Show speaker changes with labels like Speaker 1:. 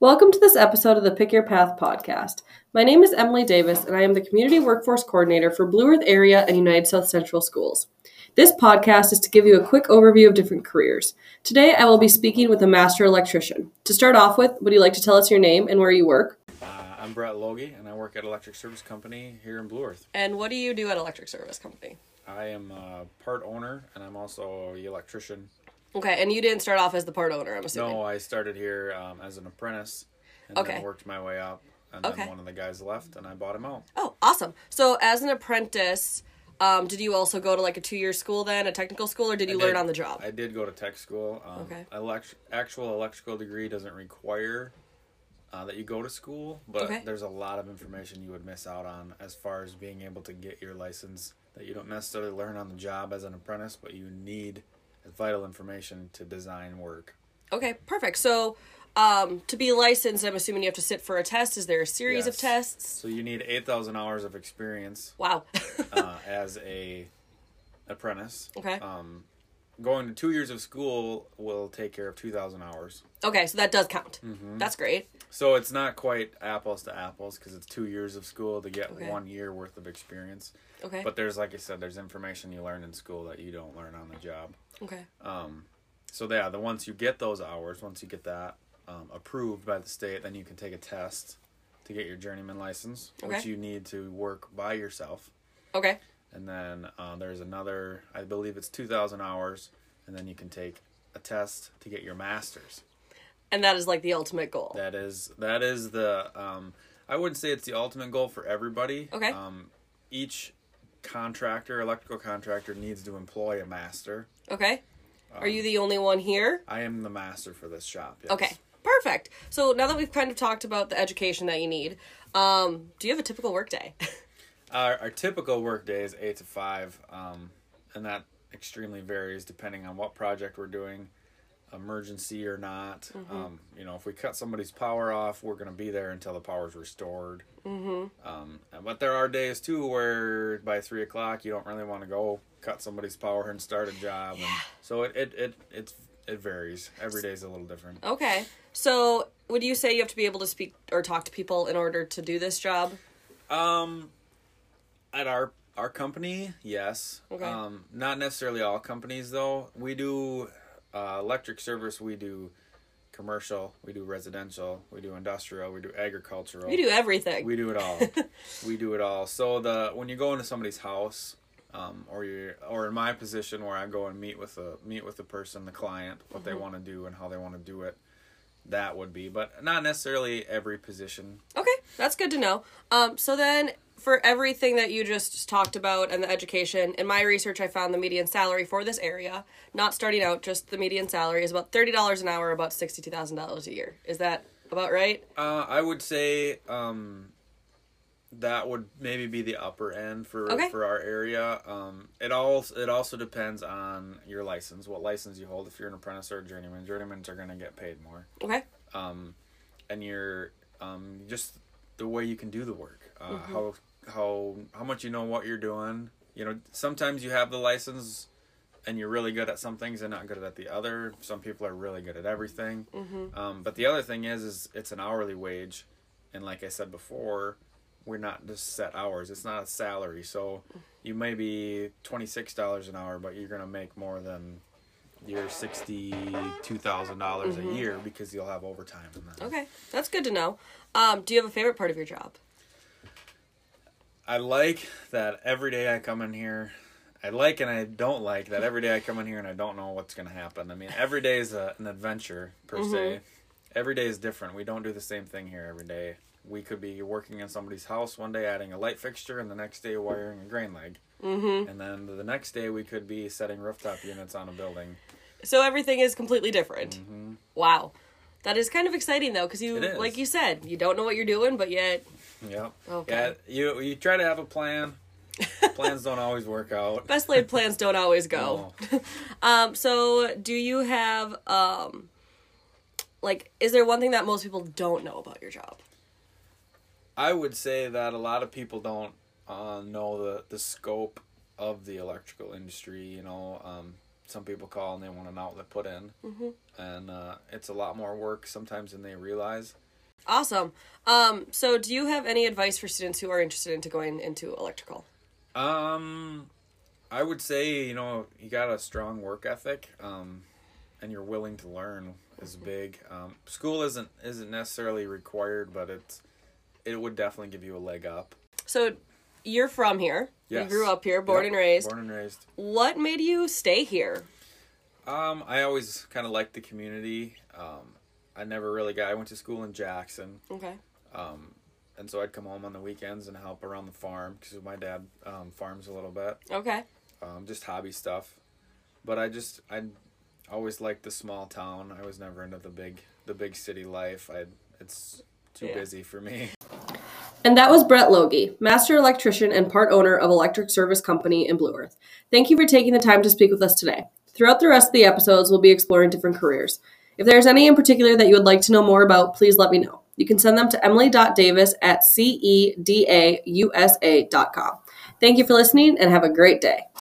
Speaker 1: Welcome to this episode of the Pick Your Path podcast. My name is Emily Davis, and I am the Community Workforce Coordinator for Blue Earth Area and United South Central Schools. This podcast is to give you a quick overview of different careers. Today, I will be speaking with a master electrician. To start off with, would you like to tell us your name and where you work?
Speaker 2: Uh, I'm Brett Logie, and I work at Electric Service Company here in Blue Earth.
Speaker 1: And what do you do at Electric Service Company?
Speaker 2: I am a part owner, and I'm also the electrician.
Speaker 1: Okay, and you didn't start off as the part owner, I'm assuming.
Speaker 2: No, I started here um, as an apprentice, and
Speaker 1: Okay.
Speaker 2: then worked my way up. And
Speaker 1: Okay.
Speaker 2: then one of the guys left, and I bought him out.
Speaker 1: Oh, awesome. So, as an apprentice, um, did you also go to like a two year school then, a technical school, or did you
Speaker 2: I
Speaker 1: learn
Speaker 2: did-
Speaker 1: on the job?
Speaker 2: I did go to tech school. Um,
Speaker 1: Okay.
Speaker 2: elect- actual electrical degree doesn't require uh, that you go to school, but
Speaker 1: Okay.
Speaker 2: there's a lot of information you would miss out on as far as being able to get your license that you don't necessarily learn on the job as an apprentice, but you need vital information to design work.
Speaker 1: Okay, perfect. So, um, to be licensed, I'm assuming you have to sit for a test. Is there a series of
Speaker 2: Yes.
Speaker 1: tests?
Speaker 2: So you need 8,000 hours of experience
Speaker 1: Wow.
Speaker 2: uh, as a apprentice.
Speaker 1: okay.
Speaker 2: Um, going to two years of school will take care of 2,000 hours.
Speaker 1: okay, so that does count.
Speaker 2: mm-hmm.
Speaker 1: That's great.
Speaker 2: So it's not quite apples to apples because it's two years of school to get
Speaker 1: Okay.
Speaker 2: one year worth of experience.
Speaker 1: Okay.
Speaker 2: But there's, like I said, there's information you learn in school that you don't learn on the job.
Speaker 1: okay.
Speaker 2: So yeah, the once you get those hours, once you get that um, approved by the state, then you can take a test to get your journeyman license, which
Speaker 1: Okay.
Speaker 2: you need to work by yourself.
Speaker 1: Okay.
Speaker 2: and then uh, there's another i believe it's 2000 hours and then you can take a test to get your master's
Speaker 1: And that is like the ultimate goal.
Speaker 2: that is that is the um, i wouldn't say it's the ultimate goal for everybody
Speaker 1: Okay.
Speaker 2: um, each contractor electrical contractor needs to employ a master
Speaker 1: Okay. Are
Speaker 2: um,
Speaker 1: you the only one here?
Speaker 2: i am the master for this shop yes.
Speaker 1: Okay. Perfect. So now that we've kind of talked about the education that you need, um, do you have a typical workday?
Speaker 2: our, our typical work day is eight to five, um, and that extremely varies depending on what project we're doing, emergency or not. Um, you know, if we cut somebody's power off, we're going to be there until the power's restored. Mm-hmm. Um, and- but there are days too where by three o'clock you don't really want to go cut somebody's power and start a job. And so it, it it it's it varies. Every day is a little different.
Speaker 1: okay. So would you say you have to be able to speak or talk to people in order to do this job?
Speaker 2: Um, at our our company, yes.
Speaker 1: Okay.
Speaker 2: Um, not necessarily all companies though. We do uh, electric service. We do commercial. We do residential. We do industrial. We do agricultural.
Speaker 1: You do everything.
Speaker 2: We do it all. we do it all. So the when you go into somebody's house, um, or you or in my position where I go and meet with the meet with the person, the client, what
Speaker 1: Mm-hmm.
Speaker 2: they want to do and how they want to do it. That would be, but not necessarily every position.
Speaker 1: Okay, that's good to know. Um, so then, for everything that you just talked about and the education, in my research, I found the median salary for this area, not starting out, just the median salary is about thirty dollars an hour, about sixty-two thousand dollars a year. Is that about right?
Speaker 2: Uh, I would say um, that would maybe be the upper end for
Speaker 1: Okay.
Speaker 2: for our area. Um, it all it also depends on your license, what license you hold. If you're an apprentice or a journeyman, journeymans are going to get paid more,
Speaker 1: Okay,
Speaker 2: and you're um, just the way you can do the work, uh, how how how much you know what you're doing. You know, sometimes you have the license and you're really good at some things and not good at the other. Some people are really good at everything. Um, but the other thing is, is it's an hourly wage, and like I said before, we're not just set hours. It's not a salary, so you may be twenty six dollars an hour, but you're gonna make more than your sixty two thousand dollars a year because you'll have overtime. And that.
Speaker 1: okay, that's good to know. Um, do you have a favorite part of your job?
Speaker 2: I like that every day I come in here. I like and I don't like that every day I come in here and I don't know what's going to happen. I mean, every day is a, an adventure per se. Every day is different. We don't do the same thing here every day. We could be working in somebody's house one day, adding a light fixture, and the next day wiring a grain leg, mm-hmm. and then the next day we could be setting rooftop units on a building.
Speaker 1: So everything is completely different. Wow, that is kind of exciting though, because you,
Speaker 2: Mm-hmm. It is.
Speaker 1: like you said, you don't know what you're doing, but yet,
Speaker 2: Yep.
Speaker 1: Okay.
Speaker 2: Yeah. You you try to have a plan. Plans don't always work out.
Speaker 1: best laid plans don't always go.
Speaker 2: Oh.
Speaker 1: Um, so do you have um like is there one thing that most people don't know about your job?
Speaker 2: I would say that a lot of people don't uh, know the, the scope of the electrical industry. You know, um, some people call and they want an outlet put in, mm-hmm. and uh, it's a lot more work sometimes than they realize.
Speaker 1: Awesome. Um, so, do you have any advice for students who are interested into going into electrical?
Speaker 2: Um, I would say you know you got a strong work ethic, um, and you're willing to learn is
Speaker 1: Mm-hmm.
Speaker 2: big. Um, school isn't isn't necessarily required, but it's it would definitely give you a leg up.
Speaker 1: So, you're from here.
Speaker 2: Yes.
Speaker 1: You grew up here, born
Speaker 2: Yep,
Speaker 1: and raised.
Speaker 2: Born and raised.
Speaker 1: What made you stay here?
Speaker 2: Um, I always kind of liked the community. Um, I never really got. I went to school in Jackson,
Speaker 1: Okay.
Speaker 2: and so I'd come home on the weekends and help around the farm because my dad um, farms a little bit,
Speaker 1: Okay.
Speaker 2: um, just hobby stuff. But I just I always liked the small town. I was never into the big the big city life. I it's too
Speaker 1: Yeah.
Speaker 2: busy for me.
Speaker 1: And that was Brett Logie, master electrician and part owner of Electric Service Company in Blue Earth. Thank you for taking the time to speak with us today. Throughout the rest of the episodes, we'll be exploring different careers. If there's any in particular that you would like to know more about, please let me know. You can send them to emily.davis e at cedausa.com. Thank you for listening and have a great day.